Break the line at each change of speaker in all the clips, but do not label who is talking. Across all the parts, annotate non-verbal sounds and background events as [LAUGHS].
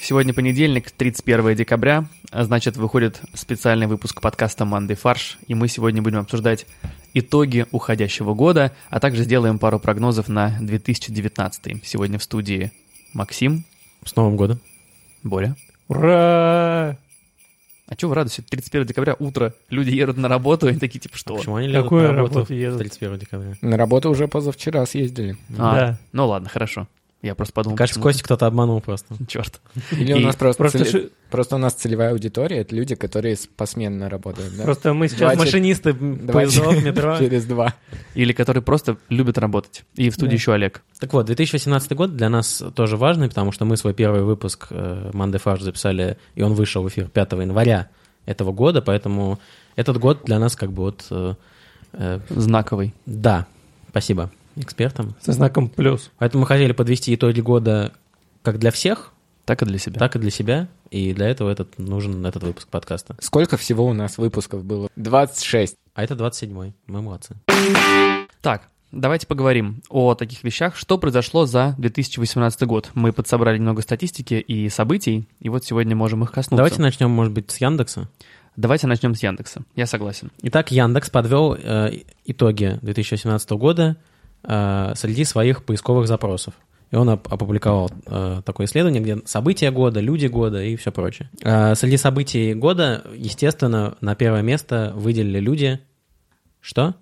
Сегодня понедельник, 31 декабря, а значит, выходит специальный выпуск подкаста «Манды фарш», и мы сегодня будем обсуждать итоги уходящего года, а также сделаем пару прогнозов на 2019. Сегодня в студии Максим,
С Новым годом.
Боря.
Ура!
А чего вы радуетесь? 31 декабря утро, люди едут на работу, и они такие, типа, что?
А Почему они лезут
Какую
на работу
работу едут?
31 декабря?
На работу уже позавчера съездили.
А,
Да.
Ну ладно, хорошо. Я просто подумал,
Кажется, Костя кто-то обманул просто.
[LAUGHS] Черт.
Или у
И
нас просто,
Просто,
цели-
ши-
просто у нас целевая аудитория это люди, которые с- посменно работают. да?
просто мы сейчас...
Давайте-
[LAUGHS]
Машинисты м,
Давайте
поездов,
[LAUGHS]
метро.
Через два.
Или которые просто любят работать. И в студии
Да.
еще Олег.
Так вот, 2018 год для нас тоже важный, потому что мы свой первый выпуск э, «Манды Фарш» записали, и он вышел в эфир 5 января этого года, поэтому этот год для нас как бы вот... э, э,
Знаковый.
Да, спасибо экспертам.
Со знаком плюс.
Поэтому мы хотели подвести итоги года как для всех,
Так и для себя.
так и для себя, и для этого этот, нужен этот выпуск подкаста.
Сколько всего у нас выпусков было? 26.
А это 27-й, мы молодцы.
Так, давайте поговорим о таких вещах, что произошло за 2018 год. Мы подсобрали немного статистики и событий, и вот сегодня можем их коснуться.
Давайте начнем, может быть, с Яндекса.
Давайте начнем с Яндекса. Я согласен.
Итак, Яндекс подвел э, итоги 2018 года э, среди своих поисковых запросов. И он оп- опубликовал э, такое исследование, где события года, люди года и все прочее. Э, среди событий года, естественно, на первое место выделили люди. Что?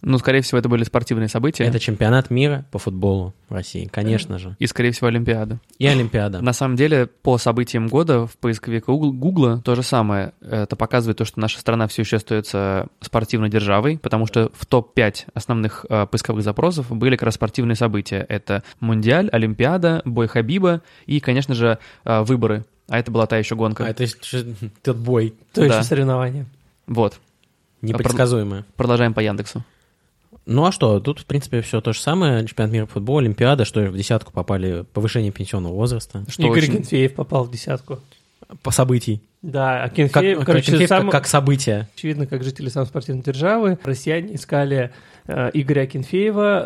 Ну, скорее всего, это были спортивные события.
Это чемпионат мира по футболу в России, конечно же.
И, скорее всего, Олимпиада.
И Олимпиада.
На самом деле, по событиям года в поисковике Гугл- Гугла то же самое. Это показывает то, что наша страна все еще остается спортивной державой, потому что в топ-5 основных э, поисковых запросов были как раз спортивные события. Это Мундиаль, Олимпиада, бой Хабиба и, конечно же, э, выборы. А это была та еще гонка.
А это ещё- ещё тот бой
То
Да.
еще соревнования.
Вот.
непредсказуемый.
Продолжаем по Яндексу.
Ну а что, тут, в принципе, все то же самое. Чемпионат мира по футболу, Олимпиада, что в десятку попали повышение пенсионного возраста.
Что
Игорь
очень-
Кенфеев попал в десятку.
По событий.
Да, а
Как,
Кенфеев,
как-
короче,
Кенфеев как-
сам-
как событие.
очевидно, как жители самой спортивной державы, россияне искали э, Игоря Кенфеева,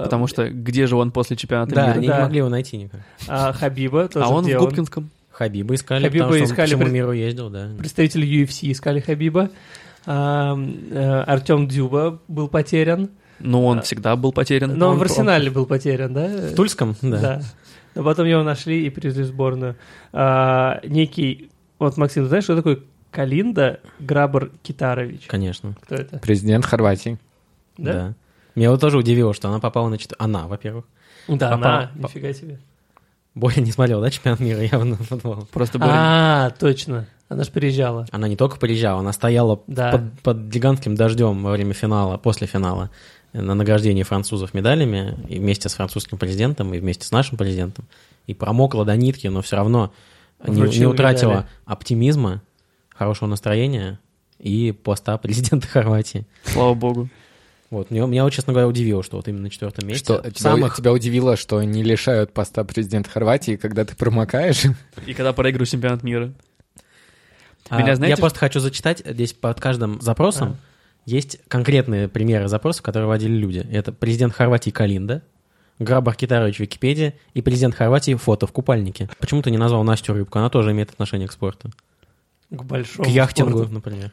э,
Потому что где же он после чемпионата
Да,
мира?
они
да.
не могли его найти никак.
а Хабиба тоже.
А он
где
в Губкинском.
Хабиба искали,
Хабиба
потому что он
искали
по всему
пред-
миру ездил, да.
Представители UFC искали Хабиба. Артем Дюба был потерян.
Ну, он
Да.
всегда был потерян.
Но он,
Он-
в
он-
арсенале был потерян, да?
В Тульском, да.
Да. Но потом его нашли и привезли в сборную. А, некий... Вот, Максим, ты знаешь, что такое Калинда Грабар Китарович?
Конечно,
Кто это?
Президент Хорватии.
да.
Да?
Меня вот тоже удивило, что она попала на четвертую. Она, во-первых.
Да, она.
Попал-
Нифига себе.
Боря не смотрел, да, чемпионат мира явно футбол.
Просто был...
А, точно. Она же приезжала.
Она не только приезжала, она стояла
Да.
под, под гигантским дождем во время финала, после финала, э, на награждении французов медалями, и вместе с французским президентом, и вместе с нашим президентом, и промокла до нитки, но все равно не,
Вручил
не утратила
медали.
оптимизма, хорошего настроения и поста президента [LAUGHS] Хорватии.
Слава богу.
Вот, меня, меня вот, честно говоря, удивило, что вот именно на четвертом месте.
Что
в
тебя,
самых-
тебя удивило, что не лишают поста президента Хорватии, когда ты промокаешь?
И когда проигрываю чемпионат мира.
А,
Меня, знаете,
я
что-
просто хочу зачитать, здесь под каждым запросом
А.
есть конкретные примеры запросов, которые вводили люди. Это президент Хорватии Калинда, Грабар Китарович Википедия и президент Хорватии фото в купальнике. Почему ты не назвал Настю Рыбку? Она тоже имеет отношение к спорту.
К
к
большому
яхтингу,
спорту.
например.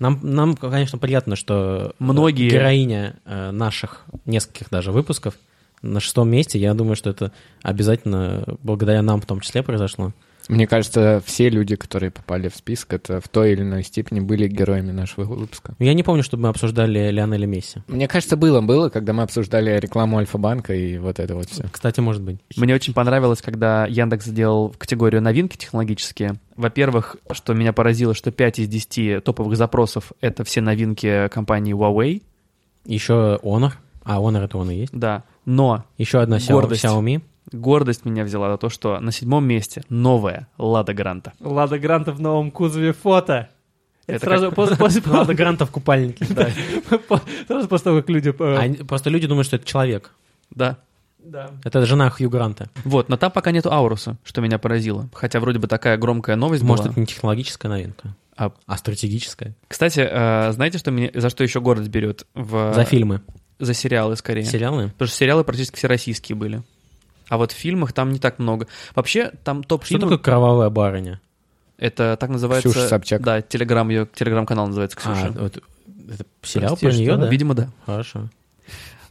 Нам, нам, конечно, приятно, что э,
Многие-
героиня э, наших нескольких даже выпусков на шестом месте. Я думаю, что это обязательно благодаря нам в том числе произошло.
[LAUGHS] Мне кажется, все люди, которые попали в список, это в той или иной степени были героями нашего выпуска.
Я не помню, чтобы мы обсуждали Лионеля Месси.
Мне кажется, было, было, когда мы обсуждали рекламу Альфа-банка и вот это вот все.
Кстати, может быть.
Мне очень понравилось, когда Яндекс сделал в категорию новинки технологические. Во-первых, что меня поразило, что 5 из 10 топовых запросов — это все новинки компании Huawei.
Еще Honor. А, Honor это он и есть.
Да. Но
Еще одна Xiao-
Гордость.
Xiaomi.
гордость меня взяла за то, что на седьмом месте новая Лада Гранта.
Лада Гранта в новом кузове фото. Это,
Это
[LAUGHS]
сразу после, после-
Лада Гранта в купальнике.
по- [LAUGHS] сразу после того, как люди... э,
Они- Просто люди думают, что это человек.
Да.
да.
Это жена Хью Гранта.
Вот, но там пока нету Ауруса, что меня поразило. Хотя вроде бы такая громкая новость
Может,
была.
это не технологическая новинка,
А-
а стратегическая.
Кстати, э, знаете, что меня, за что еще гордость берет? В,
За фильмы.
За сериалы скорее.
Сериалы.
Потому что сериалы практически все российские были. А вот в фильмах там не так много. Вообще, там топ
Что
фильмов
такое кровавая барыня?
это так называется...
Ксюша Собчак.
Да, телеграм ее, телеграм-канал называется Ксюша.
А, вот это сериал
Прости,
про нее,
что-
да?
Видимо, да.
Хорошо.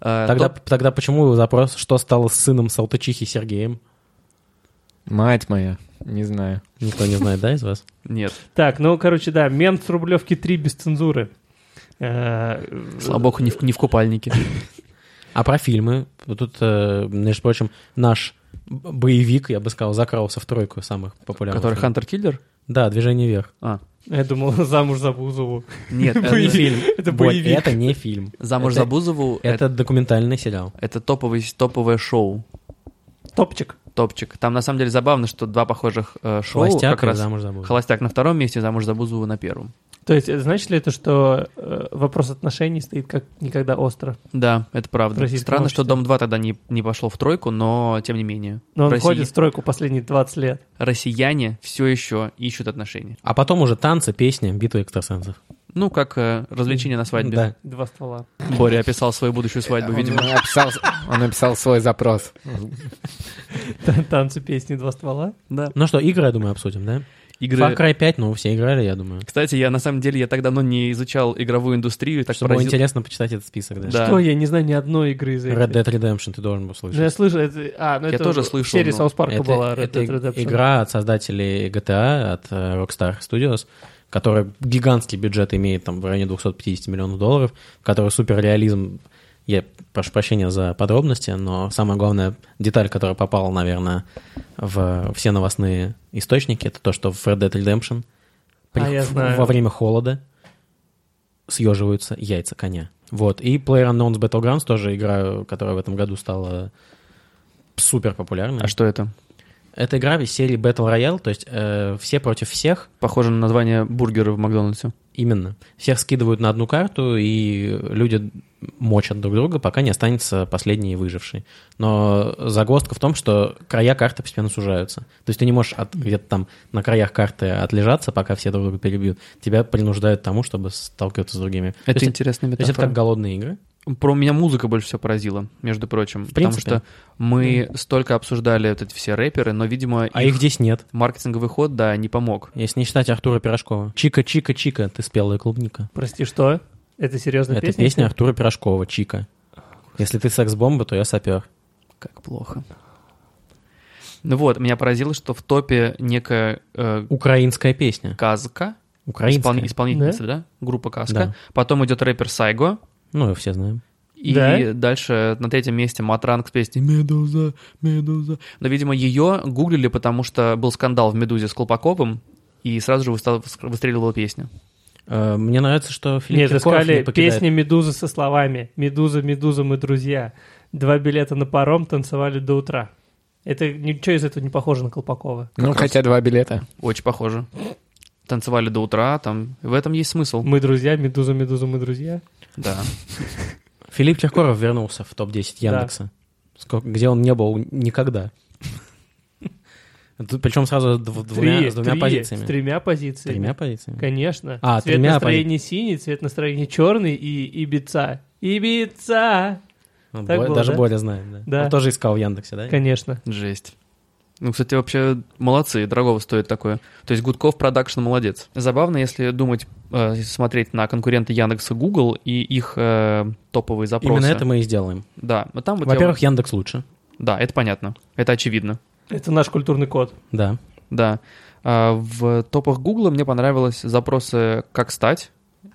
Э,
Тогда,
топ-
тогда почему запрос, что стало с сыном Салтычихи Сергеем?
Мать моя, не знаю.
Никто не знает, да, из вас?
Нет,
Так, ну, короче, да, мент с Рублевки 3 без цензуры. Э,
слава богу, не в, не в купальнике.
А про фильмы? Вот Тут, э, между прочим, наш б- боевик, я бы сказал, закрался в тройку самых популярных.
Который
фильмов.
Хантер Киллер?
Да, «Движение вверх».
А,
Я думал, [LAUGHS] замуж за Бузову.
[LAUGHS]
нет, это не
Боевик.
фильм.
Это
Бонь,
боевик.
Это не фильм.
«Замуж
Это-
за Бузову» — это
Это документальный сериал.
это топовый- топовое шоу,
Топчик.
топчик. Там, на самом деле, забавно, что два похожих э, шоу
«Холостяк»
как
и
раз...
«Замуж за Бузову».
«Холостяк» на втором месте, «Замуж за Бузову» на первом.
То есть, э, значит ли это, что э, вопрос отношений стоит как никогда остро?
Да, это
В
правда.
российском
Странно, что
обществе.
«Дом-2» тогда не, не пошло в тройку, но тем не менее.
Но он
Россия-
ходит в стройку последние 20 лет.
Россияне все еще ищут отношения.
А потом уже танцы, песни, битвы экстрасенсов.
Ну, как э, развлечение на свадьбе.
Да.
Два ствола.
[LAUGHS] Боря описал свою будущую свадьбу,
Он
видимо.
написал- Он написал свой запрос.
Тан- Танцы, песни, два ствола.
Да.
Ну что, игры, я думаю, обсудим, да? Far
Игры...
Cry 5, ну, все играли, я думаю.
Кстати, я на самом деле я так давно не изучал игровую индустрию, и так
Чтобы было
поразил-
интересно почитать этот список, да.
Да.
Что, я не знаю ни одной игры из этих.
Red Dead Redemption ты должен был
Ну, я
слышать.
слышал, это- а, ну
Я
это
тоже
в
слышал,
серии
но
Саус Парка
это,
была Red
это
Dead Redemption.
игра от создателей GTA, от э, Rockstar Studios, которая гигантский бюджет имеет там в районе 250 миллионов долларов, в которой суперреализм, я прошу прощения за подробности, но самая главная деталь, которая попала, наверное, в все новостные источники, это то, что в Red Dead Redemption
А, я
в-
знаю.
во время холода съеживаются яйца коня. Вот. И PlayerUnknown's Battlegrounds тоже игра, которая в этом году стала супер популярной.
А что это?
Это игра из серии Battle Royale, то есть э, все против всех,
Похоже на название бургера в Макдональдсе.
именно. Всех скидывают на одну карту, и люди мочат друг друга, пока не останется последний выживший. Но загвоздка в том, что края карты постепенно сужаются. То есть ты не можешь от- где-то там на краях карты отлежаться, пока все друг друга перебьют. Тебя принуждают к тому, чтобы сталкиваться с другими. То
Это
есть-
интересная
то есть это
метафора.
как голодные игры.
Про меня музыка больше всего поразила, между прочим. потому
принципе.
что мы столько обсуждали вот эти все рэперы, но, видимо,
А их здесь нет.
маркетинговый ход, да, не помог.
Если не считать Артура Пирожкова. Чика, чика, чика, ты спелая клубника.
Прости, что? Это серьезная
Это
песня?
песня Артура Пирожкова, чика. Если ты секс-бомба, то я сапер.
Как плохо. Ну вот, меня поразило, что в топе некая э,
Украинская песня.
Казка,
Украинская.
исполни- исполнительница, да? Группа Казка.
Да.
Потом идет рэпер Сайго.
Ну, все знаем.
И
Да.
дальше на третьем месте Матранг с песней «Медуза, Медуза». Но, видимо, ее гуглили, потому что был скандал в «Медузе» с Колпаковым, и сразу же выстал- выстреливала песня.
Э, Мне нравится, что Филипп
Нет,
Киркоров
искали
не покидает.
песня «Медузы» со словами «Медуза, Медуза, мы друзья». Два билета на паром танцевали до утра. Это ничего из этого не похоже на Колпакова.
Ну, хотя два билета.
Очень похоже. Танцевали до утра, там... В этом есть смысл.
Мы друзья, Медуза, Медуза, мы друзья.
Да.
Филипп Киркоров вернулся в топ-10
Да.
Яндекса. Сколько- где он не был никогда. Тут Причем сразу дв- двумя,
Три,
с двумя
три,
позициями.
С тремя позициями.
Тремя позициями.
Конечно.
А,
цвет
тремя
настроения синий, цвет настроения черный и Ибица. Ибица!
Ну,
Так
Бо-
было,
даже
да?
Боря знает, да.
Да.
Он тоже искал в Яндексе, да?
Конечно.
Жесть. Ну, кстати, вообще молодцы, дорогого стоит такое. То есть Гудков Продакшн молодец. Забавно, если думать, э, если смотреть на конкуренты Яндекса Google и их э, топовые запросы.
Именно это мы и сделаем.
Да, но там вот я-
Во-первых, Яндекс лучше.
Да, это понятно, это очевидно.
Это наш культурный код.
Да.
Да. А В топах Гугла мне понравилось запросы «Как стать?».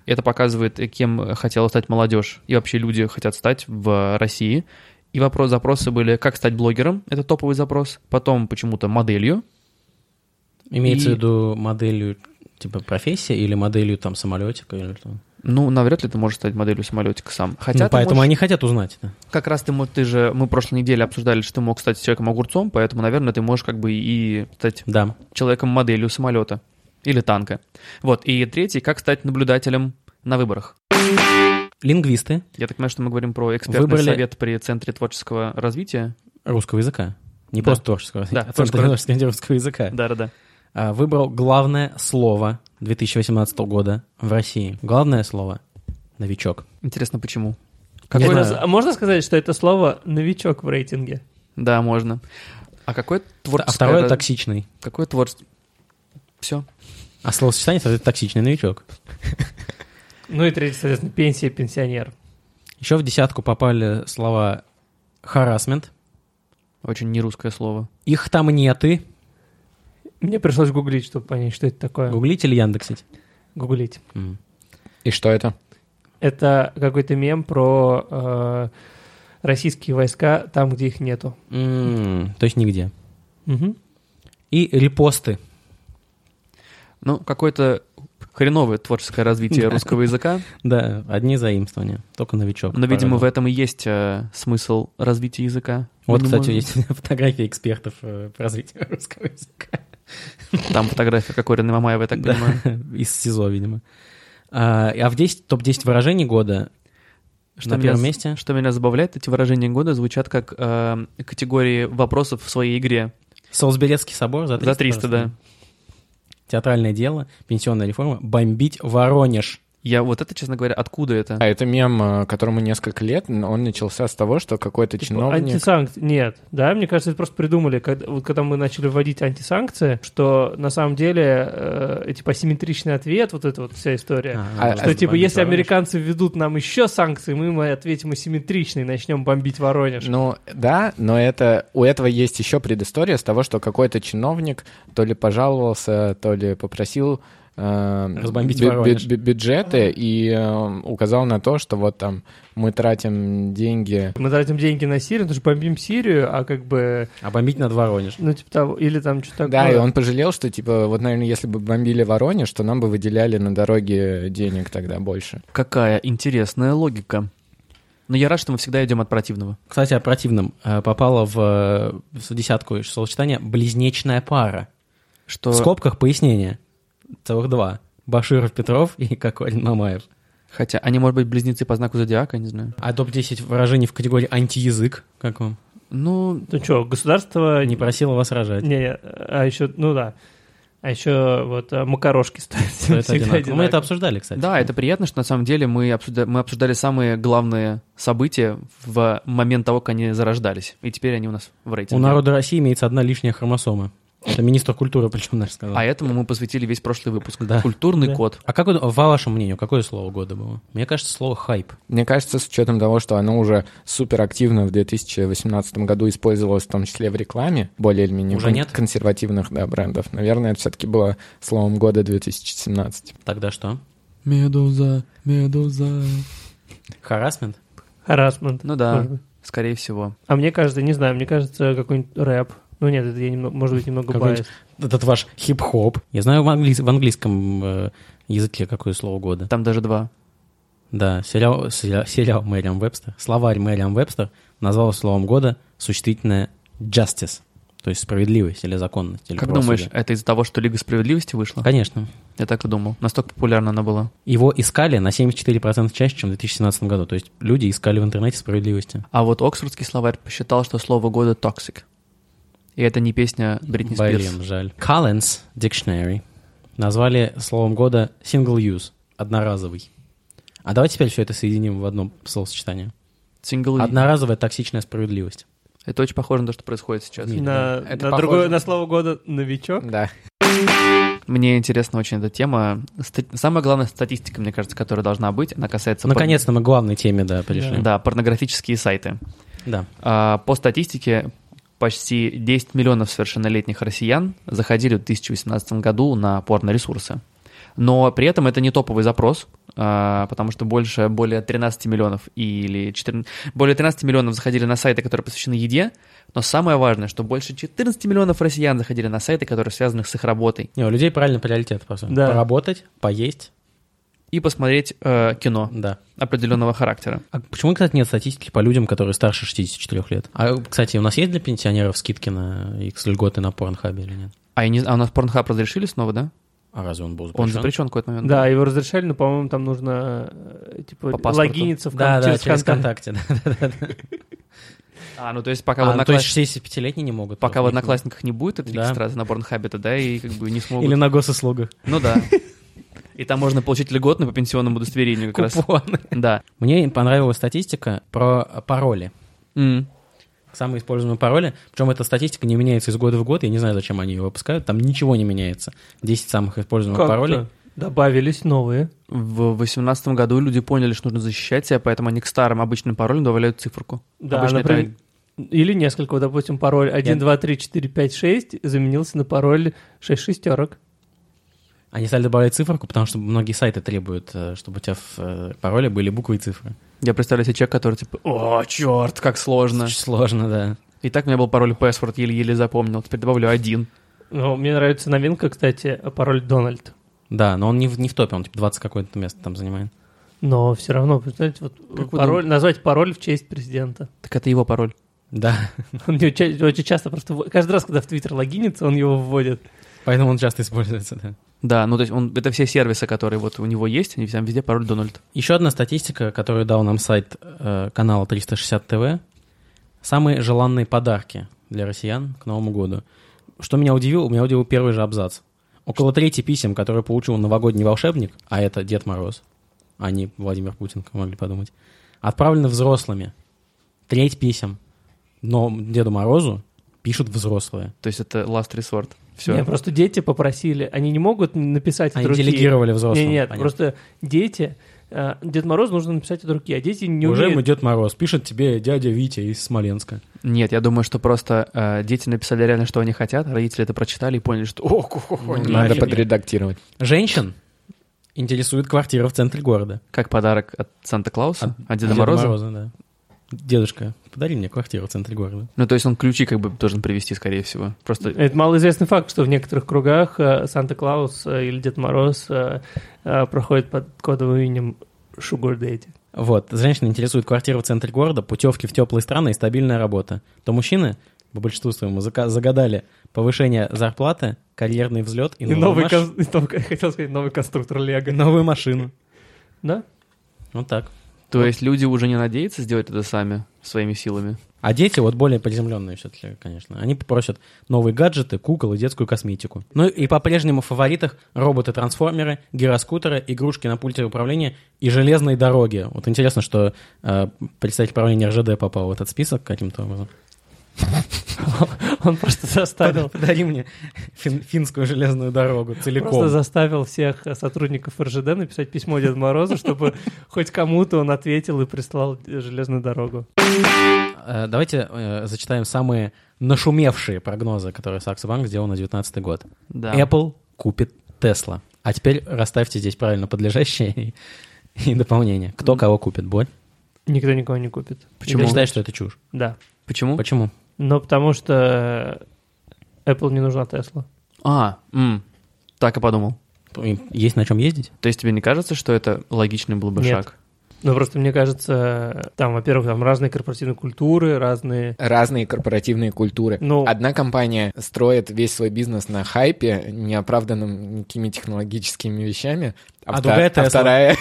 Это показывает, э, кем хотела стать молодежь и вообще люди хотят стать в России. И вопрос, запросы были «Как стать блогером?». Это топовый запрос. Потом почему-то «Моделью».
Имеется
И-
в виду моделью типа профессия или моделью там самолетика или что.
Ну, навряд ли ты можешь стать моделью самолетика сам. Хотя
Ну,
ты
поэтому
можешь-
они хотят узнать это.
как раз ты, мо- ты же, мы в прошлой неделе обсуждали, что ты мог стать человеком-огурцом, поэтому, наверное, ты можешь как бы и стать
Да.
человеком-моделью самолета или танка. Вот, и третий, как стать наблюдателем на выборах.
Лингвисты
Я так понимаю, что мы говорим про экспертный
Выбрали-
совет при Центре творческого развития.
русского языка. Не
Да.
просто творческого,
Да,
а Центр
творческого.
творческого русского языка.
Да-да-да.
А, Выбрал главное слово 2018 года в России. Главное слово — новичок.
Интересно, почему?
Не
Это-
знаю.
а можно сказать, что это слово новичок в рейтинге?
Да, можно. А какое
А
творческое...
второе — токсичный.
Какое творчество... Все.
А словосочетание, соответственно, токсичный новичок.
Ну и третий, соответственно, пенсия, пенсионер.
Еще в десятку попали слова харасмент.
Очень нерусское слово.
Их там неты.
Мне пришлось гуглить, чтобы понять, что это такое.
Гуглите или яндексить?
Гуглить.
М.
И что это?
Это какой-то мем про э, российские войска там, где их нету.
М, То есть нигде.
Мгм.
И репосты.
Ну, какое-то хреновое творческое развитие русского языка.
Да, одни заимствования. Только новичок.
Но, видимо, в
порадовал.
этом и есть э, смысл развития языка.
Вот,
Я
кстати,
думаю,
есть [LAUGHS] фотографии экспертов э, по развитию [LAUGHS] русского языка.
Там фотография Кокорина и Мамаева, я так
Да,
понимаю.
Из СИЗО, видимо. А а в 10, топ-10 выражений года
Что
на
меня
первом
с-
месте.
Что меня забавляет, эти выражения года звучат как э, категории вопросов в своей игре.
Солсберецкий собор за 300.
За 300, да.
просто. Театральное дело, пенсионная реформа, бомбить Воронеж.
Я вот это, честно говоря, откуда это?
А это мем, э, которому несколько лет, но он начался с того, что какой-то
Типа
чиновник...
Антисанк- Нет, да, мне кажется, это просто придумали, когда, вот когда мы начали вводить антисанкции, что на самом деле, э, типа, асимметричный ответ, вот эта вот вся
Э,
история.
А,
Что,
а,
типа, если американцы введут нам еще санкции, мы, мы ответим асимметрично и начнем бомбить Воронеж.
Ну, да, но это у этого есть еще предыстория с того, что какой-то чиновник то ли пожаловался, то ли попросил э,
Разбомбить
бю- бю-
Воронеж.
бю- бюджеты и э, указал на то, что вот там мы тратим деньги.
Мы тратим деньги на Сирию, потому что бомбим Сирию, а как бы,
А бомбить над Воронеж.
ну, типа того, или там что-то такое.
Да, и он пожалел, что типа вот, наверное, если бы бомбили Воронеж, то нам бы выделяли на дороге денег тогда больше.
Какая интересная логика. Но я рад, что мы всегда идем от противного.
Кстати, о противном. Э, Попало в, э, в десятку словосочетания «близнечная пара».
Что...
В скобках пояснение. Целых два. Баширов Петров и Кокорин Мамаев.
Хотя они, может быть, близнецы по знаку зодиака, не знаю.
А топ-10 выражений в категории антиязык, как вам?
Ну,
Ну что, государство...
Не просило вас рожать.
[LAUGHS] Не, не, а еще, ну да. А еще вот а, макарошки стоят
Что Ну, это
всегда
одинаково. Мы это
одинаково.
обсуждали, кстати.
да, это приятно, что на самом деле мы, обсужда- мы обсуждали самые главные события в момент того, как они зарождались. И теперь они у нас в
У
рейтинге.
народа России имеется одна лишняя хромосома. Это министр культуры, причем наш сказал.
А этому мы посвятили весь прошлый выпуск.
Да.
Культурный
Да.
код.
А как, вы- по вашему мнению, какое слово года было? Мне кажется, слово «хайп».
Мне кажется, с учетом того, что оно уже супер активно в 2018 году использовалось, в том числе в рекламе, более или менее
Уже
кон-
нет?
консервативных да, брендов, наверное, это все-таки было словом года 2017.
Тогда что?
Медуза, медуза.
Харасмент?
Харассмент.
Ну да,
может быть.
скорее всего.
А мне кажется, не знаю, мне кажется, какой-нибудь рэп. Ну нет, это я немного, может быть, немного
Какой-нибудь
байс.
Этот ваш хип-хоп. Я знаю в, англи- в английском э, языке какое слово года.
Там даже два.
Да, сериал, сериал, сериал Мэриам Вебстер, словарь Мэриам Вебстер назвал словом года существительное «justice», то есть справедливость или законность. Или А
Как
правосудие.
думаешь, это из-за того, что Лига Справедливости вышла?
Конечно.
Я так и думал. Настолько популярна она была.
Его искали на 74% чаще, чем в 2017 году. То есть люди искали в интернете справедливости.
А вот Оксфордский словарь посчитал, что слово года «токсик». И это не песня Бритни Спирс.
Блин, жаль. Collins Dictionary назвали словом года single use, одноразовый. А давайте теперь все это соединим в одно словосочетание.
Сингл
Одноразовая токсичная справедливость.
Это очень похоже на то, что происходит сейчас.
Не.
На,
Это
на
похоже.
другое, на слово года новичок.
Да.
Мне интересна очень эта тема. Ста- Самая главная статистика, мне кажется, которая должна быть, она касается... пор-
Наконец-то мы к главной теме, да, пришли.
Да, порнографические сайты.
Да.
А, По статистике, почти 10 миллионов совершеннолетних россиян заходили в 2018 году на порноресурсы. Но при этом это не топовый запрос, а, потому что больше, более 13 миллионов или 14, более 13 миллионов заходили на сайты, которые посвящены еде, но самое важное, что больше 14 миллионов россиян заходили на сайты, которые связаны с их работой,
Не, у людей правильно приоритет просто.
Да.
Поработать, поесть,
и посмотреть э, кино
да.
определенного характера.
А почему, кстати, нет статистики по людям, которые старше 64 лет? А, кстати, у нас есть для пенсионеров скидки на их льготы на порнхабе или нет?
А, я не, а у нас Порнхаб разрешили снова, да?
А разве он был запрещен?
Он запрещен в какой-то момент.
Да, его разрешали, но, по-моему, там нужно э,
По
типа
паспорту.
логиниться в
Да,
кон-
да, через
контакт.
ВКонтакте.
А, ну то есть пока
А,
в
ну, то есть
Однокласс-
65-летние не могут.
Пока в
просто.
Одноклассниках не будет этой
Да.
регистрации на Порнхабе, тогда и как бы не смогут.
Или на госуслугах.
Ну да. И там можно получить льготно по пенсионному удостоверению как раз.
Купоны.
Да.
Мне понравилась статистика про пароли.
М.
Самые используемые пароли. Причем эта статистика не меняется из года в год. Я не знаю, зачем они ее выпускают. Там ничего не меняется. 10 самых используемых
Как-то
паролей.
Добавились новые.
В 2018 году люди поняли, что нужно защищать себя, поэтому они к старым обычным паролям добавляют циферку.
Да,
Обычно это-
например, или несколько, Вот, допустим, пароль 1, 2, 3, 4, 5, 6 заменился на пароль 6 шестерок.
Они стали добавлять циферку, потому что многие сайты требуют, э, чтобы у тебя в э, пароле были буквы и цифры.
Я представляю себе человека, который типа, о, черт, как сложно.
Очень сложно, да.
И так у меня был пароль password, еле-еле запомнил. Теперь добавлю один.
Ну, мне нравится новинка, кстати, пароль Дональд.
Да, но он не в, не в топе, он типа 20 какое-то место там занимает.
Но все равно, представляете, вот
Как вы
пароль, назвать пароль в честь президента.
Так это его пароль.
Да,
[LAUGHS] Он мне ча- очень часто просто... в- Каждый раз, когда в Твиттер логинится, он его вводит.
поэтому он часто используется, да.
Да, ну то есть он, это все сервисы, которые вот у него есть, они там везде пароль Дональд.
Еще одна статистика, которую дал нам сайт э, канала 360 ТВ. Самые желанные подарки для россиян к Новому году. Что меня удивило, меня удивил первый же абзац. Около трети писем, которые получил новогодний волшебник, а это Дед Мороз, а не Владимир Путин, как могли подумать, отправлены взрослыми. Треть писем. Но Деду Морозу пишут взрослые.
То есть это last resort. Все.
Не, просто дети попросили. Они не могут написать
Они
от руки.
делегировали взрослым.
Не, нет,
понятно.
просто дети... э, Дед Мороз нужно написать от руки, а дети не
Уже ему
умеют.
Дед Мороз пишет тебе дядя Витя из Смоленска.
Нет, я думаю, что просто э, дети написали реально, что они хотят, а родители это прочитали и поняли, что о, ку- ку- ку,
Ну,
нафиг».
Надо подредактировать.
Женщин интересует квартира в центре города. А
Как подарок от Санта-Клауса, от, А Деда
Деда
Мороза.
да. Дедушка, подари мне квартиру в центре города.
Ну, то есть он ключи как бы должен привезти, скорее всего. Просто
Это малоизвестный факт, что в некоторых кругах э, Санта-Клаус э, или Дед Мороз э, э, проходит под кодовым именем Sugar Daddy.
Вот, женщины интересуют квартиру в центре города, путевки в теплые страны и стабильная работа. То мужчины, по большинству своему, зака- загадали повышение зарплаты, карьерный взлет и,
И,
новую
новый,
маш-
кон- [LAUGHS] и новый- хотел сказать, новый конструктор
и
Лего.
новую машину.
Да?
Вот так.
То есть люди уже не надеются сделать это сами, своими силами.
А дети вот более приземленные все-таки, конечно. Они попросят новые гаджеты, кукол и детскую косметику. Ну и по-прежнему в фаворитах роботы-трансформеры, гироскутеры, игрушки на пульте управления и железные дороги. Вот интересно, что э, представитель правления РЖД попал в этот список каким-то образом.
Он просто заставил,
Подари мне фин- финскую железную дорогу целиком.
просто заставил всех э, сотрудников РЖД написать письмо Деду Морозу, чтобы [LAUGHS] хоть кому-то он ответил и прислал э, железную дорогу.
Э, Давайте э, зачитаем самые нашумевшие прогнозы, которые Саксбанк сделал на 2019 год.
Да.
Apple купит Tesla. А теперь расставьте здесь правильно подлежащее и, и дополнение. Кто кого купит, Боль?
Никто никого не купит.
Почему?
Ты
Или-
считаешь, что это чушь?
Да.
Почему?
Почему?
Но потому что э, Apple не нужна Тесла.
А, м, так и подумал.
Им Есть на чем ездить?
То есть тебе не кажется, что это логичный был бы
Нет.
шаг?
Ну, просто мне кажется, там, во-первых, там разные корпоративные культуры, разные...
Разные корпоративные культуры.
Ну.
Одна компания строит весь свой бизнес на хайпе, неоправданным никакими технологическими вещами.
А другая Tesla.
вторая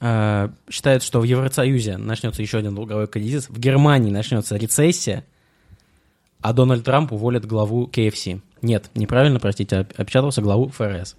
Э, Считают, что в Евросоюзе начнется еще один долговой кризис, в Германии начнется рецессия, а Дональд Трамп уволит главу KFC. Нет, неправильно, простите, об- опечатался главу ФРС.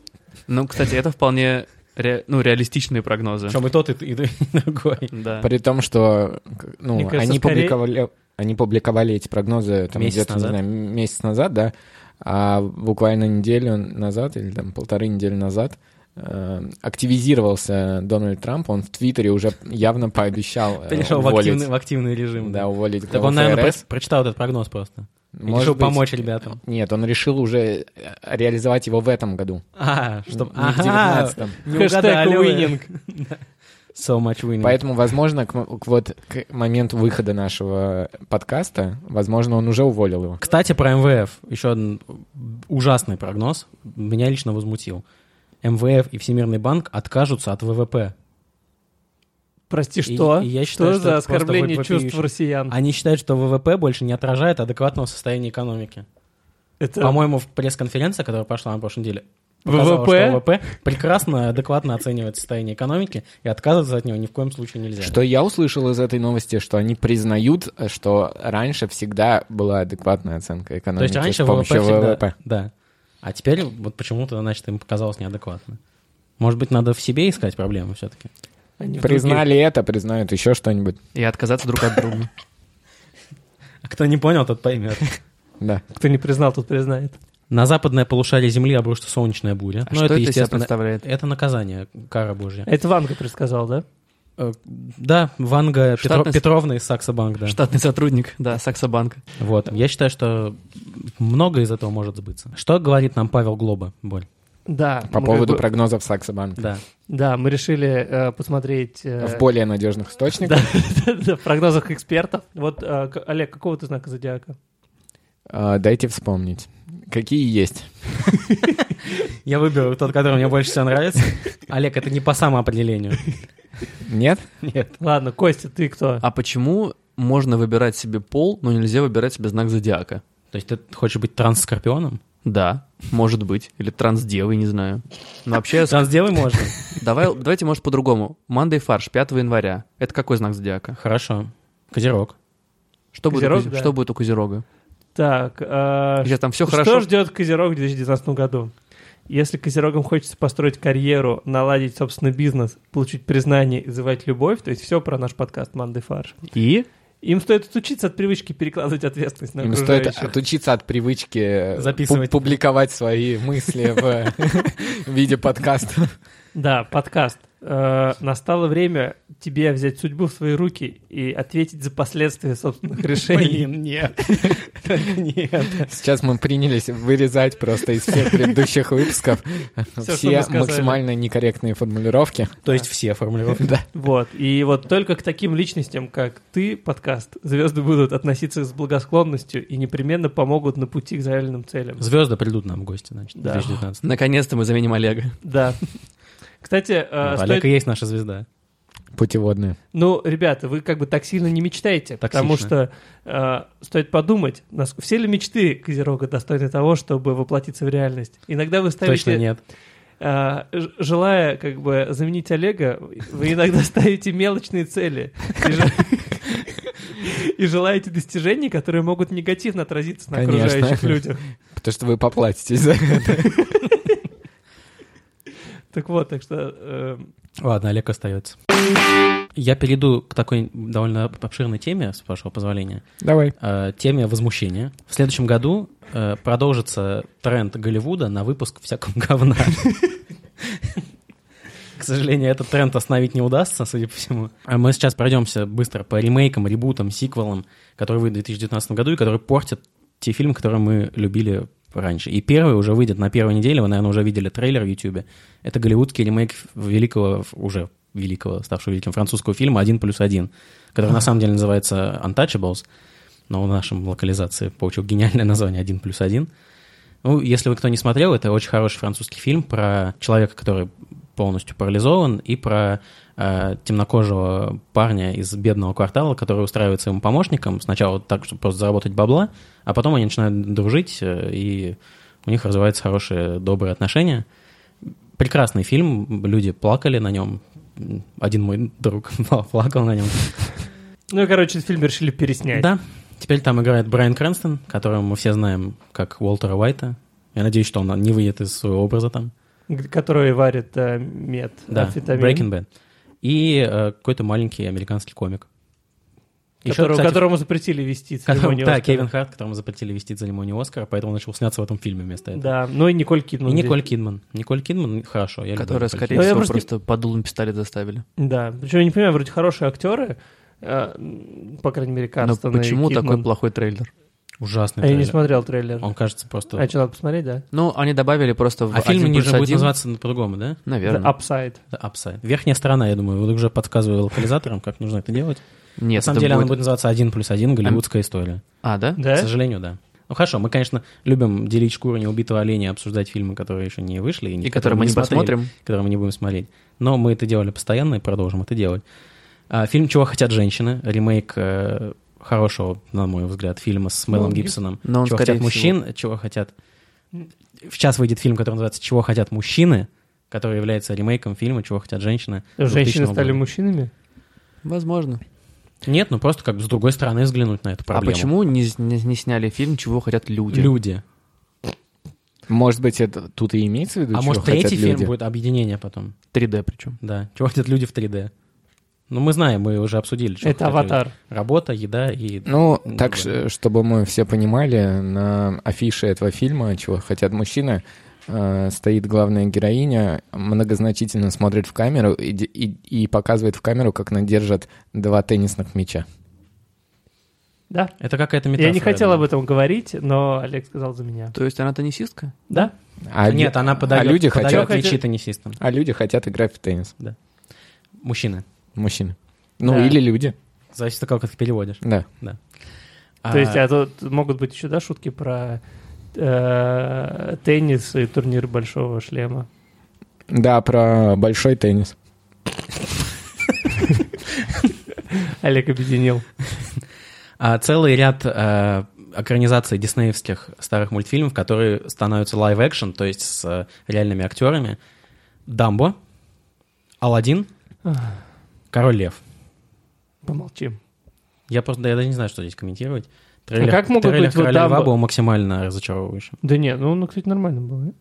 Ну, кстати, это вполне ре- ну, реалистичные прогнозы.
Причем и тот, и, и другой.
Да.
При том, что ну,
Мне кажется,
они,
скорее-
публиковали, они публиковали эти прогнозы там,
Месяц
где-то, не
назад.
знаю, месяц назад, да, а буквально неделю назад или там полторы недели назад э, активизировался Дональд Трамп, он в Твиттере уже явно пообещал э,
Перешел в
уволить,
активный, в активный режим.
да, уволить
Так
главу
он, наверное,
ФРС.
про- прочитал этот прогноз просто. И
Может
решил
быть,
помочь ребятам.
Нет, он решил уже э, реализовать его в этом году,
А,
чтоб
чтоб...
не в девятнадцатом.
не
Хэштег
угадали вы.
winning.
So much winning.
Поэтому, возможно, к, м- к вот к моменту выхода нашего подкаста, возможно, он уже уволил его.
Кстати, про МВФ. Еще один ужасный прогноз. Меня лично возмутил. МВФ и Всемирный банк откажутся от ВВП.
Прости,
И-
что?
и я считаю,
что,
что
за
это просто
оскорбление
вопиюще.
чувств россиян?
Они считают, что ВВП больше не отражает адекватного состояния экономики.
Это...
По-моему, в пресс-конференции, которая пошла на прошлой неделе, показала,
ВВП?
что ВВП прекрасно, адекватно оценивает состояние экономики, и отказываться от него ни в коем случае нельзя.
Что я услышал из этой новости, что они признают, что раньше всегда была адекватная оценка экономики
То есть раньше
с
ВВП
помощью
всегда...
ВВП.
Да. А теперь вот почему-то, значит, им показалось неадекватно. Может быть, надо в себе искать проблему все-таки?
Они в других-
Признали это, признают еще что-нибудь.
И отказаться друг от друга.
А Кто не понял, тот поймет.
Да.
Кто не признал, тот признает.
На западное полушарие Земли обрушится солнечная буря. Ну,
А что это из себя представляет?
Это наказание, кара божья.
Это Ванга предсказал, да?
Э, Да, Ванга Петро-
Штатный с-
Петровна из Саксобанк, да.
Штатный сотрудник, да, Саксобанка.
Вот, я считаю, что много из этого может сбыться. Что говорит нам Павел Глоба, Боль?
Да.
По
Ну,
мы
поводу
как бы-
прогнозов Саксобанка.
Да.
Да, мы решили э, посмотреть... э,
В более надежных источниках.
[LAUGHS] Да, в прогнозах экспертов. Вот, э, к- Олег, какого ты знака зодиака?
А, Дайте вспомнить. Какие есть?
Я выберу тот, который мне больше
[LAUGHS]
всего нравится. Олег, это не по самоопределению.
Нет?
Нет.
Ладно, Костя, ты кто?
Типа.
А почему можно выбирать себе пол, но нельзя выбирать себе знак зодиака?
То есть ты хочешь быть транс-скорпионом?
Да, может быть. Или трансдевой, не знаю. Но вообще, [LAUGHS] я с-
Транс-девой можно.
давай, давайте, может, по-другому. Мандай фарш, 5 января. Это какой знак зодиака?
Хорошо. Козерог.
Что, будет, у
Козерог,
Кузи-
да.
что будет у Козерога?
Так, э,
Сейчас там все
Что
хорошо.
ждет Козерог в 2019 году? Если Козерогам хочется построить карьеру, наладить собственный бизнес, получить признание и завоевать любовь, то есть все про наш подкаст «Манды фарш».
И?
Им стоит отучиться от привычки перекладывать ответственность на
Им стоит
окружающих.
отучиться от привычки
Записывать.
пу- публиковать свои мысли в
[LAUGHS]
в виде подкаста.
Да, подкаст. Э, настало время тебе взять судьбу в свои руки и ответить за
[LAUGHS]
последствия собственных решений.
нет. Только нет.
Сейчас мы принялись вырезать просто из всех предыдущих выпусков
Всё, что
все
мы сказали.
максимально некорректные формулировки.
То есть все формулировки.
Да.
Вот. И вот только к таким личностям, как ты, подкаст, звезды будут относиться с благосклонностью и непременно помогут на пути к заявленным целям.
Звезды придут нам в гости, значит, в
Да.
2019.
Наконец-то мы заменим Олега.
Да. Кстати, э,
Вот Типа,
стоит-
Ну, Олег и есть наша звезда.
Путеводные.
ну, ребята, вы как бы так сильно не мечтаете, потому
Токсично.
что э, стоит подумать, нас- все ли мечты Козерога достойны того, чтобы воплотиться в реальность. Иногда вы ставите,
Точно нет.
э, ж- желая как бы заменить Олега, вы иногда [LAUGHS] ставите мелочные цели и же- [LAUGHS] и желаете достижений, которые могут негативно отразиться на
Конечно.
окружающих людях.
Потому что вы поплатитесь за это.
Так вот, так что э,
Ладно, Олег остается. Я перейду к такой довольно обширной теме, с вашего позволения.
Давай.
э, теме возмущения. В следующем году э, продолжится тренд Голливуда на выпуск всякого говна. [LAUGHS] К сожалению, этот тренд остановить не удастся, судя по всему. А Мы сейчас пройдемся быстро по ремейкам, ребутам, сиквелам, которые выйдут в 2019 году и которые портят те фильмы, которые мы любили раньше. И первый уже выйдет на первой неделе, вы, наверное, уже видели трейлер в Ютубе. Это голливудский ремейк великого, уже великого, ставшего великим французского фильма «Один плюс один», который на самом деле называется «Untouchables», но в нашем локализации получил гениальное название «Один плюс один». Ну, если вы кто не смотрел, это очень хороший французский фильм про человека, который полностью парализован, и про э, темнокожего парня из бедного квартала, который устраивается ему помощником, сначала так, чтобы просто заработать бабла, а потом они начинают дружить, э, и у них развиваются хорошие, добрые отношения. Прекрасный фильм, люди плакали на нем, один мой друг [LAUGHS] плакал на нем.
Ну, и, короче, этот фильм решили переснять.
Да. Теперь там играет Брайан Крэнстон, которого мы все знаем как Уолтера Уайта. Я надеюсь, что он не выйдет из своего образа там.
г- Который варит э, мед.
Да,
амфетамин.
Breaking Bad. И э, какой-то маленький американский комик. Еще,
Которого-
кстати, [LAUGHS]
которому запретили вести
которому-
церемонию
Да,
Оскара.
Кевин Харт, которому запретили вести церемонию Оскара, поэтому он начал сняться в этом фильме вместо этого.
Да, ну и Николь Кидман.
И
здесь.
Николь Кидман. Николь Кидман, хорошо. Я люблю
Которая,
Николь
скорее
Ну, я
всего,
просто
просто,
не-
под дулом пистолет заставили.
Да, причем я не понимаю, вроде хорошие актеры, э, м, по крайней мере,
Но
Карстон
почему
и Кидман.
такой плохой трейлер?
Кидман. Ужасный
А я не
трейлер.
смотрел трейлер.
Он кажется просто...
А что, надо посмотреть, да?
Ну, они добавили просто в
А фильм
1
ниже
плюс
будет
1.
называться по-другому, да?
Наверное.
The Upside.
The Upside. Верхняя сторона, я думаю, вы уже подсказывали локализаторам, как нужно это делать.
Нет,
На самом
это
деле она
будет...
будет называться «Один плюс один. Голливудская история».
А, да?
Да?
К сожалению, да. Ну хорошо, мы, конечно, любим делить шкуру неубитого оленя, обсуждать фильмы, которые еще не вышли.
И который мы не
смотрели,
посмотрим.
Которые мы не будем смотреть. Но мы это делали постоянно и продолжим это делать. А, фильм «Чего хотят женщины», ремейк э, хорошего, на мой взгляд, фильма с Мелом
Ну,
Гибсоном.
но он,
«Чего
скорее
хотят мужчин», «Чего хотят...» Сейчас выйдет фильм, который называется «Чего хотят мужчины», который является ремейком фильма «Чего хотят женщины».
Женщины
2000
стали
года.
мужчинами?
Возможно.
Нет, ну просто как бы с другой стороны взглянуть на эту проблему.
А почему не, не- не сняли фильм «Чего хотят люди»?
Люди.
Может быть, это тут и имеется в виду,
А
чего
может,
хотят
третий фильм
люди?
будет объединение потом?
3D причем.
Да. Чего хотят люди в 3D? Ну, мы знаем, мы уже обсудили. что
Это
хотят люди.
аватар.
Работа, еда и...
Ну,
Ну,
так,
да.
ш- чтобы мы все понимали, на афише этого фильма «Чего хотят мужчины» э, стоит главная героиня, многозначительно смотрит в камеру и, де- и- и показывает в камеру, как она держит два теннисных мяча.
Да.
Это какая-то метафора.
Я не хотел
думаю.
об этом говорить, но Олег сказал за меня.
То есть она теннисистка?
Да?
А лю-
Нет, она подает,
а люди
подает
хотят-
лечи теннисистам.
А люди хотят играть в теннис.
Мужчины.
Мужчины. Ну,
Да.
или люди.
Зависит от того, как ты переводишь.
Да.
А,
То есть, а тут могут быть еще, да, шутки про э, теннис и турнир большого шлема.
Да, про большой теннис.
Олег объединил.
а целый ряд э, экранизаций диснеевских старых мультфильмов, которые становятся лайв-экшн, то есть с э, реальными актерами. «Дамбо», «Аладдин»,
Ах.
«Король лев».
Помолчим.
Я просто я даже не знаю, что здесь комментировать. Трейлер,
А как могут
трейлер
быть вот
«Короля льва»
«Дамбо»?
был максимально разочаровывающим.
Да не, ну, ну, кстати, нормально было.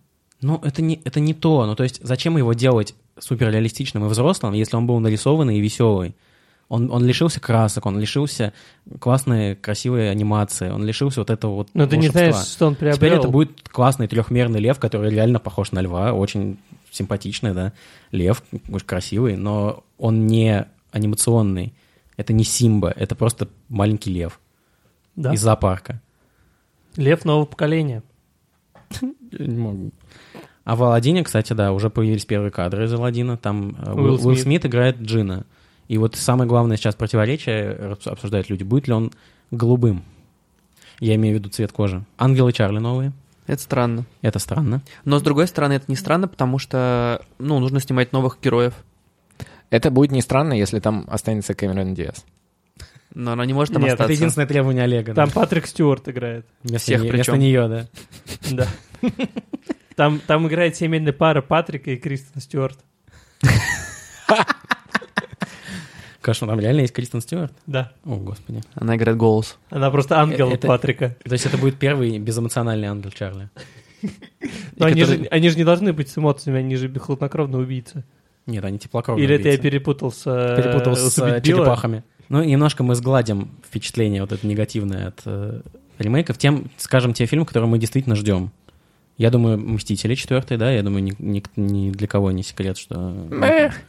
Ну, это не, это не то. Ну, то есть, зачем его делать суперреалистичным и взрослым, если он был нарисованный и веселый? Он, он лишился красок, он лишился классной, красивой анимации, он лишился вот этого вот
Но Ну, ты не
волшебства.
знаешь, что он приобрел.
Теперь это будет классный трехмерный лев, который реально похож на льва, очень симпатичный, да, лев, очень красивый, но он не анимационный. Это не Симба, это просто маленький лев
Да.
из зоопарка.
Лев нового поколения.
Я не могу. А в Алладине, кстати, да, уже появились первые кадры из Алладина. Там э, Уилл,
Уилл
Уилл
Смит.
Смит играет Джина. И вот самое главное сейчас противоречие рас- обсуждают люди. Будет ли он голубым? Я имею в виду цвет кожи. Ангелы Чарли новые.
Это странно.
Это странно.
Но, с другой стороны, это не странно, потому что, ну, нужно снимать новых героев.
Это будет не странно, если там останется Кэмерон Диас.
Но она не может там
Нет,
остаться.
Это единственное требование Олега. да.
Там Патрик Стюарт играет.
вместо,
всех
не-
причем.
вместо нее, да.
Да. Там, там играет семейная пара Патрика и Кристен Стюарт.
Конечно, ну там реально есть Кристен Стюарт.
Да.
О, господи.
Она играет голос.
Она просто ангел
Э, это-
Патрика.
То есть это будет первый безэмоциональный ангел Чарли.
Но
И
они,
который-
же, они же не должны быть с эмоциями, они же хладнокровные убийцы.
Нет, они теплокровные.
Или это я
убийцы.
перепутал с... э,
перепутал с
«Убить
э,
Билла»?
черепахами. Ну, немножко мы сгладим впечатление вот это негативное от э, ремейков. Тем, скажем, те фильмы, которые мы действительно ждем. Я думаю, «Мстители» четвертый, да? Я думаю, ни, ни- ни для кого не секрет, что... [LAUGHS]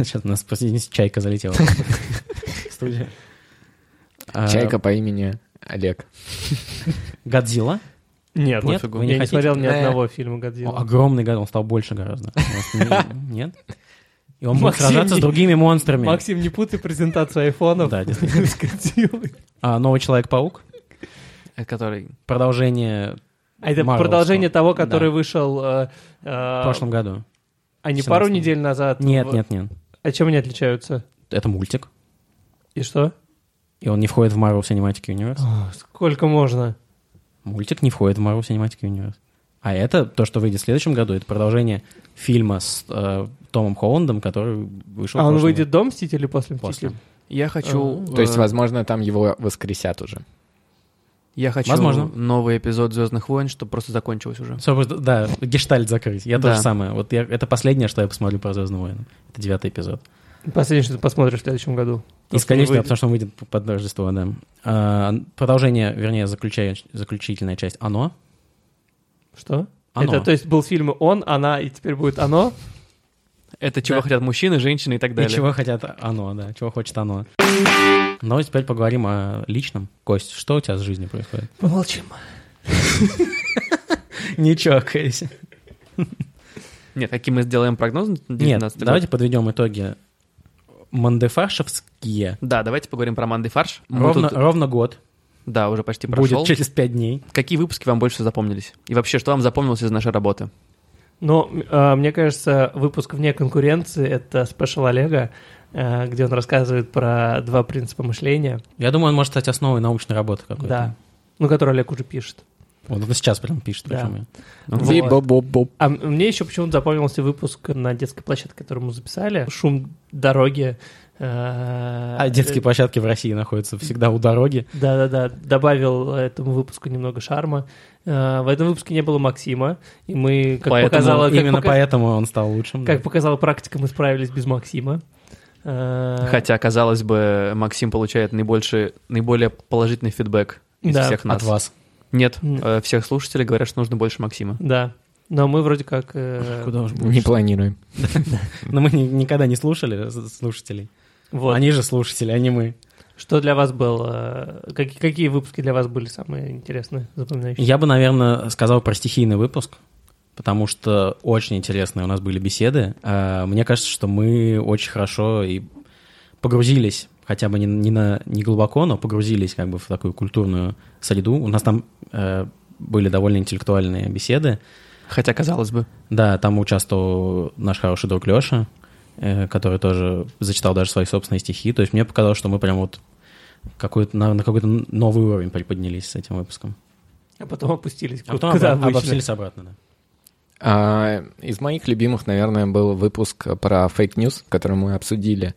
Сейчас у нас, простите, чайка
[LAUGHS]
залетела. в студию. А,
Чайка по имени Олег.
«Годзилла».
Нет,
Нет,
пофигу.
вы не
я не
хотите?
смотрел ни
Э.
одного фильма
О,
«Годзилла».
Огромный гад, он стал больше гораздо. Может,
[LAUGHS]
не- Нет? И он будет
Максим,
сражаться с
не-
другими монстрами.
Максим, не путай презентацию айфонов
Да,
[LAUGHS] с «Годзиллой».
А, Новый Человек-паук.
Это который...
Продолжение
А это
Марвел,
продолжение
что-
того, который
да.
вышел... э, э,
в прошлом году.
А не пару
17-м.
недель назад?
Нет,
В-
нет, нет.
А чем они отличаются?
Это мультик,
И что?
и он не входит в Marvel Cinematic Universe.
А. Сколько можно?
Мультик не входит в Marvel Cinematic Universe. А это то, что выйдет в следующем году, это продолжение фильма с э, Томом Холландом, который вышел. в
А он
прошлом
выйдет до «Мстителей» после
году. после.
«Мстителей»?
Я
А,
хочу...
ну,
То есть,
э,
возможно, там его воскресят уже.
Я хочу
Возможно.
новый эпизод «Звездных войн», чтобы просто закончилось уже.
Чтобы, да, гештальт закрыть. Я то
Да.
же самое. Вот я, это последнее, что я посмотрю про Звездные войны. Это девятый эпизод.
Последнее, что ты посмотришь в следующем году.
И,
Потому
скорее
что он
всего, потому что он выйдет под Рождество, да. А, продолжение, вернее, заключая- заключительная часть «Оно».
выйдет- Что?
«Оно».
Это, то есть, был фильм «Он», «Она» и теперь будет «Оно».
Это чего
Да.
хотят мужчины, женщины и так далее.
И чего хотят оно, да, чего хочет оно. Но теперь поговорим о личном. Кость, что у тебя с жизнью происходит?
Помолчим.
Ничего, Кость.
Нет, какие мы сделаем прогноз на
Нет,
19
давайте подведем итоги. Мандефашевские.
Да, давайте поговорим про Манды Фарш. Мы
Ровно,
тут-
ровно год
Да, уже почти прошел.
будет через пять дней.
Какие выпуски вам больше всего запомнились? И вообще, что вам запомнилось из нашей работы?
Но, э, мне кажется, выпуск вне конкуренции — это спешл Олега, э, где он рассказывает про два принципа мышления,
Я думаю, он может стать основой научной работы какой-то.
да, ну, который Олег уже пишет.
Вот он сейчас прям пишет.
Да.
причем я.
Ну,
Вот.
Бибо-боб-боб.
А м- мне еще почему-то запомнился выпуск на детской площадке, который мы записали. Шум дороги.
А
А
детские площадки в России находятся всегда у дороги.
Да-да-да, добавил этому выпуску немного шарма. Э, В этом выпуске не было Максима, и мы, как
Поэтому
показала... Ну, как
Именно
пока-
поэтому он стал лучшим. да.
Как показала практика, мы справились без Максима. Э,
Хотя, казалось бы, Максим получает наибольший, наиболее положительный фидбэк из
Да,
всех
От
нас.
вас.
Нет,
Нет.
э, всех слушателей говорят, что нужно больше Максима.
Да. Но мы вроде как... э,
Куда уж
Не планируем.
Но мы ни- никогда не слушали с- слушателей.
вот.
Они же слушатели, а не мы.
Что для вас было? э, Какие, какие выпуски для вас были самые интересные, запоминающие?
Я бы, наверное, сказал про стихийный выпуск, потому что очень интересные у нас были беседы. А, Мне кажется, что мы очень хорошо и погрузились, хотя бы не, не на, не глубоко, но погрузились как бы в такую культурную среду. У нас там э, были довольно интеллектуальные беседы.
Хотя, казалось бы.
Да, там участвовал наш хороший друг Леша, э, который тоже зачитал даже свои собственные стихи. То есть мне показалось, что мы прям вот какой-то, на, на какой-то новый уровень приподнялись с этим выпуском.
А потом опустились.
А потом
куда
обра-
обычно.
обобщились обратно, да.
А, из моих любимых, наверное, был выпуск про фейк-ньюс, который мы обсудили,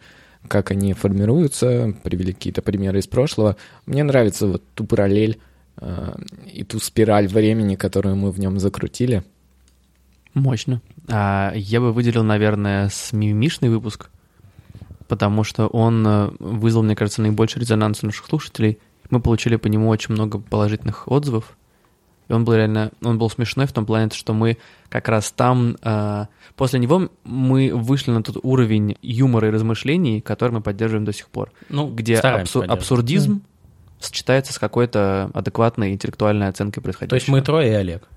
как они формируются, привели какие-то примеры из прошлого. Мне нравится вот ту параллель э, и ту спираль времени, которую мы в нем закрутили.
Мощно. А, я бы выделил, наверное, с мимишный выпуск, потому что он э, вызвал, мне кажется, наибольший резонанс у наших слушателей. Мы получили по нему очень много положительных отзывов. И он был реально, он был смешной в том плане, что мы как раз там, э, после него мы вышли на тот уровень юмора и размышлений, который мы поддерживаем до сих пор,
Ну,
где
стараемся
абсу-
поддерживать.
абсурдизм сочетается с какой-то адекватной интеллектуальной оценкой
То есть
происходящего.
мы трое и Олег.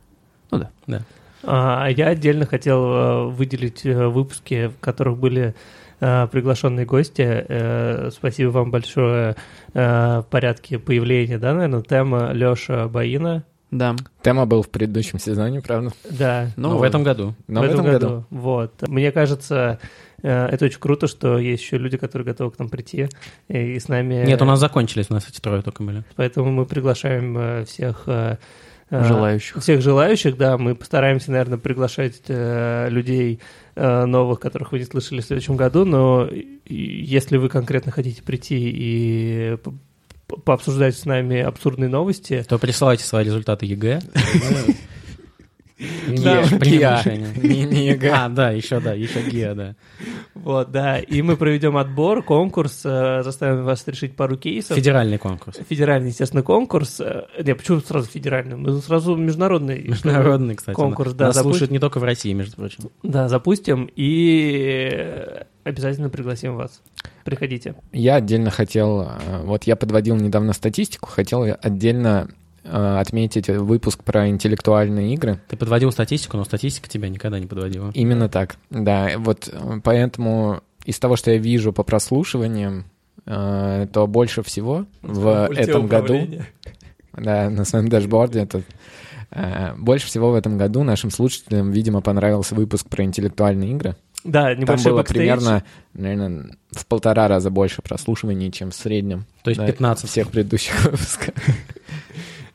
А, я отдельно хотел э, выделить э, выпуски, в которых были э, приглашенные гости. Э, Спасибо вам большое э, в порядке появления, да, наверное, тема Леша Баина.
Да.
Тема был в предыдущем сезоне, правда?
Да,
Ну,
Но в
вот.
этом году.
Но в этом году.
Вот. Мне кажется, э, это очень круто, что есть еще люди, которые готовы к нам прийти и, и с нами...
Нет, у нас закончились, у нас эти трое только были.
Поэтому мы приглашаем э, всех... э, э,
желающих.
Всех желающих, да, мы постараемся, наверное, приглашать э, людей э, новых, которых вы не слышали в следующем году, но и- и если вы конкретно хотите прийти и по- по- пообсуждать с нами абсурдные новости,
То присылайте свои результаты ЕГЭ.
Да,
Ешь, примем
Киа.
решение.
[LAUGHS] Не- не ЕГЭ.
А, да, еще, да, еще ГИА, да.
вот, да, и мы проведем отбор, конкурс, э, заставим вас решить пару кейсов.
Федеральный конкурс.
Федеральный, естественно, конкурс. Э, Не, почему сразу федеральный? Мы сразу международный.
Международный, кстати.
Конкурс, да,
Нас
запусти-
слушают не только в России, между прочим.
Да, запустим и э, обязательно пригласим вас. Приходите.
Я отдельно хотел, э, вот я подводил недавно статистику, хотел я отдельно э, отметить выпуск про интеллектуальные игры.
Ты подводил статистику, но статистика тебя никогда не подводила.
Именно так, да. Вот э, поэтому из того, что я вижу по прослушиваниям, э, то больше всего в этом году, да, на своем дашборде, это, э, больше всего в этом году нашим слушателям, видимо, понравился выпуск про интеллектуальные игры.
Да,
Там
небольшой
было
бэкстейдж.
примерно, наверное, в полтора раза больше прослушиваний, чем в среднем
То есть
Да,
15.
всех предыдущих [LAUGHS] выпусков.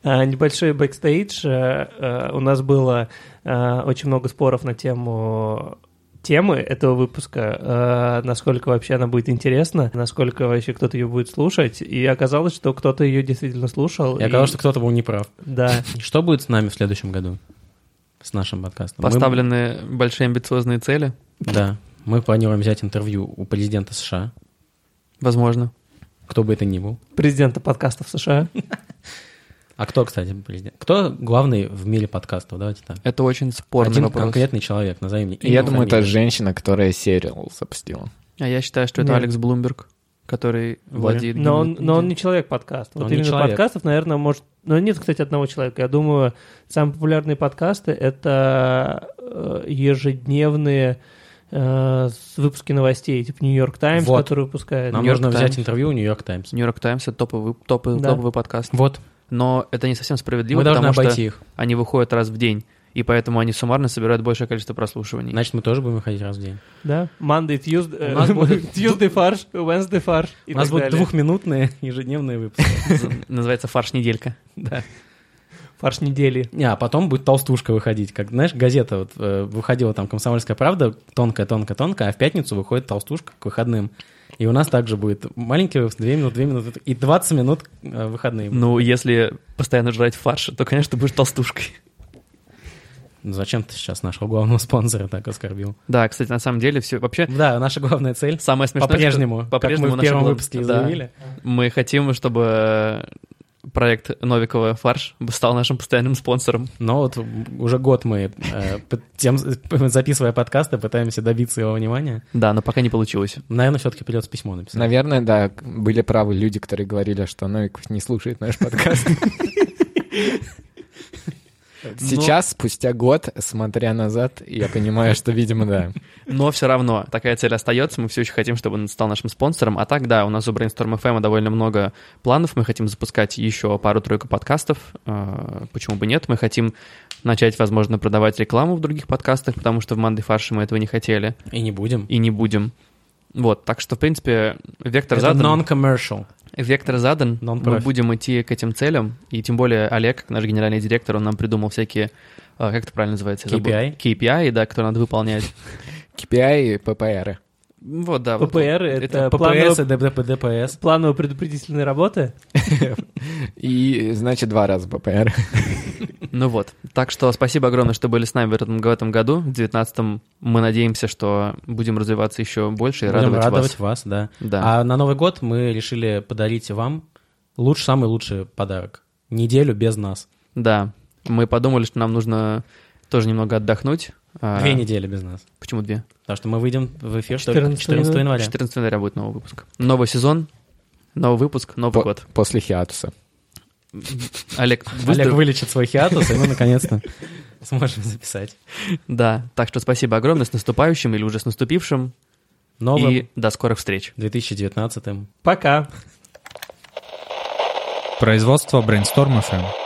А, Небольшой бэкстейдж. э, э, У нас было э, очень много споров на тему темы этого выпуска, э, насколько вообще она будет интересна, насколько вообще кто-то ее будет слушать. И оказалось, что кто-то ее действительно слушал.
Я
и-
казалось, что кто-то был неправ.
[LAUGHS]
Да.
Что будет с нами в следующем году? С нашим подкастом? Мы-
Поставлены большие амбициозные цели,
Да. Мы планируем взять интервью у президента США,
возможно.
кто бы это ни был.
Президента подкастов США.
А кто, кстати, президент? Кто главный в мире подкастов? Давайте так.
Это очень спорный
Один
вопрос.
конкретный человек, назови мне. имя,
Я думаю, это
фамилию.
женщина, которая сериал запустила.
А я считаю, что это
Нет.
Алекс Блумберг, который
Более.
владеет...
Но он,
гимн-
но он не человек подкаст. Вот
Он не
именно
человек.
подкастов, наверное, может... Но нет, кстати, одного человека. Я думаю, самые популярные подкасты — это э, ежедневные э, с- выпуски новостей, типа «Нью-Йорк Таймс»,
Вот.
который выпускает.
Нам
Нью-Йорк
нужно взять
Таймс.
интервью у Нью-Йорк Таймс.
Нью-Йорк Таймс — это топовый, топовый,
Да.
топовый подкаст.
Вот,
Но это не совсем справедливо,
мы должны
потому что
обойти их.
они выходят раз в день, и поэтому они суммарно собирают большее количество прослушиваний.
Значит, мы тоже будем выходить раз в день.
Да? Monday, Tuesday, э,
У нас будет
[LAUGHS] Tuesday фарш, Wednesday фарш и
у нас
так
будут [LAUGHS]
далее.
двухминутные ежедневные выпуски.
Называется «Фарш-неделька».
Да.
Фарш недели.
Не, А потом будет толстушка выходить. Как, знаешь, газета вот, э, выходила там «Комсомольская правда», тонкая-тонкая-тонкая, а в пятницу выходит толстушка к выходным. И у нас также будет маленький выпуск, 2 минуты, 2 минуты и 20 минут э, выходные.
Ну, если постоянно жрать фарш, то, конечно, ты будешь толстушкой.
Зачем ты сейчас нашего главного спонсора так оскорбил?
Да, кстати, на самом деле все вообще
[LAUGHS] Да, наша главная цель
самое смешное, Ну что
по-прежнему,
по-прежнему
как мы в
наша
первом
глав-
выпуске
да.
заявили.
мы хотим, чтобы э, проект Новикова Фарш стал нашим постоянным спонсором.
Но вот уже год мы, э, п- тем, [LAUGHS] записывая подкасты, пытаемся добиться его внимания.
Да, но пока не получилось.
Наверное, все-таки придется письмо написать.
Наверное, да, к- были правы люди, которые говорили, что Новиков не слушает наш подкаст. Сейчас, спустя год, смотря назад, я понимаю, что, видимо, да.
Но все равно такая цель остается. Мы все еще хотим, чтобы он стал нашим спонсором. А так, да, у нас у Brainstorm FM довольно много планов. Мы хотим запускать еще пару-тройку подкастов. Э, Почему бы нет? Мы хотим начать, возможно, продавать рекламу в других подкастах, потому что в Манды Фарше мы этого не хотели
И не будем.
и не будем. Вот, так что, в принципе, вектор
Это
задан.
non-commercial.
Вектор задан, мы
Non-profit.
будем идти к этим целям, и тем более Олег, наш генеральный директор, он нам придумал всякие, э, как это правильно называется? Я забыл.
KPI?
KPI, да, которые надо выполнять.
KPI и PPR.
Вот, да. вот.
ППР — это
ППС
планово-
и ДП- ДПС.
планово-предупредительная работа.
И, значит, два раза PPR.
Ну вот. Так что спасибо огромное, что были с нами в этом, в этом году. В 19 мы надеемся, что будем развиваться еще больше и
Будем
радовать,
радовать
вас.
вас, да.
Да.
А на Новый год мы решили подарить вам лучший, самый лучший подарок. Неделю без нас.
Да. Мы подумали, что нам нужно тоже немного отдохнуть. А,
Две недели без нас.
Почему две?
Потому что мы выйдем в эфир только
14
14 января.
14 января будет новый выпуск. Новый сезон, новый выпуск, новый
По-
год.
После хиатуса.
Олег,
Олег
выздоров-
вылечит
[LAUGHS]
свой хиатус, и мы наконец-то сможем записать.
Да, так что спасибо огромное с наступающим или уже с наступившим.
Новым
И до скорых встреч.
2019
Пока.
Производство Brainstorm FM.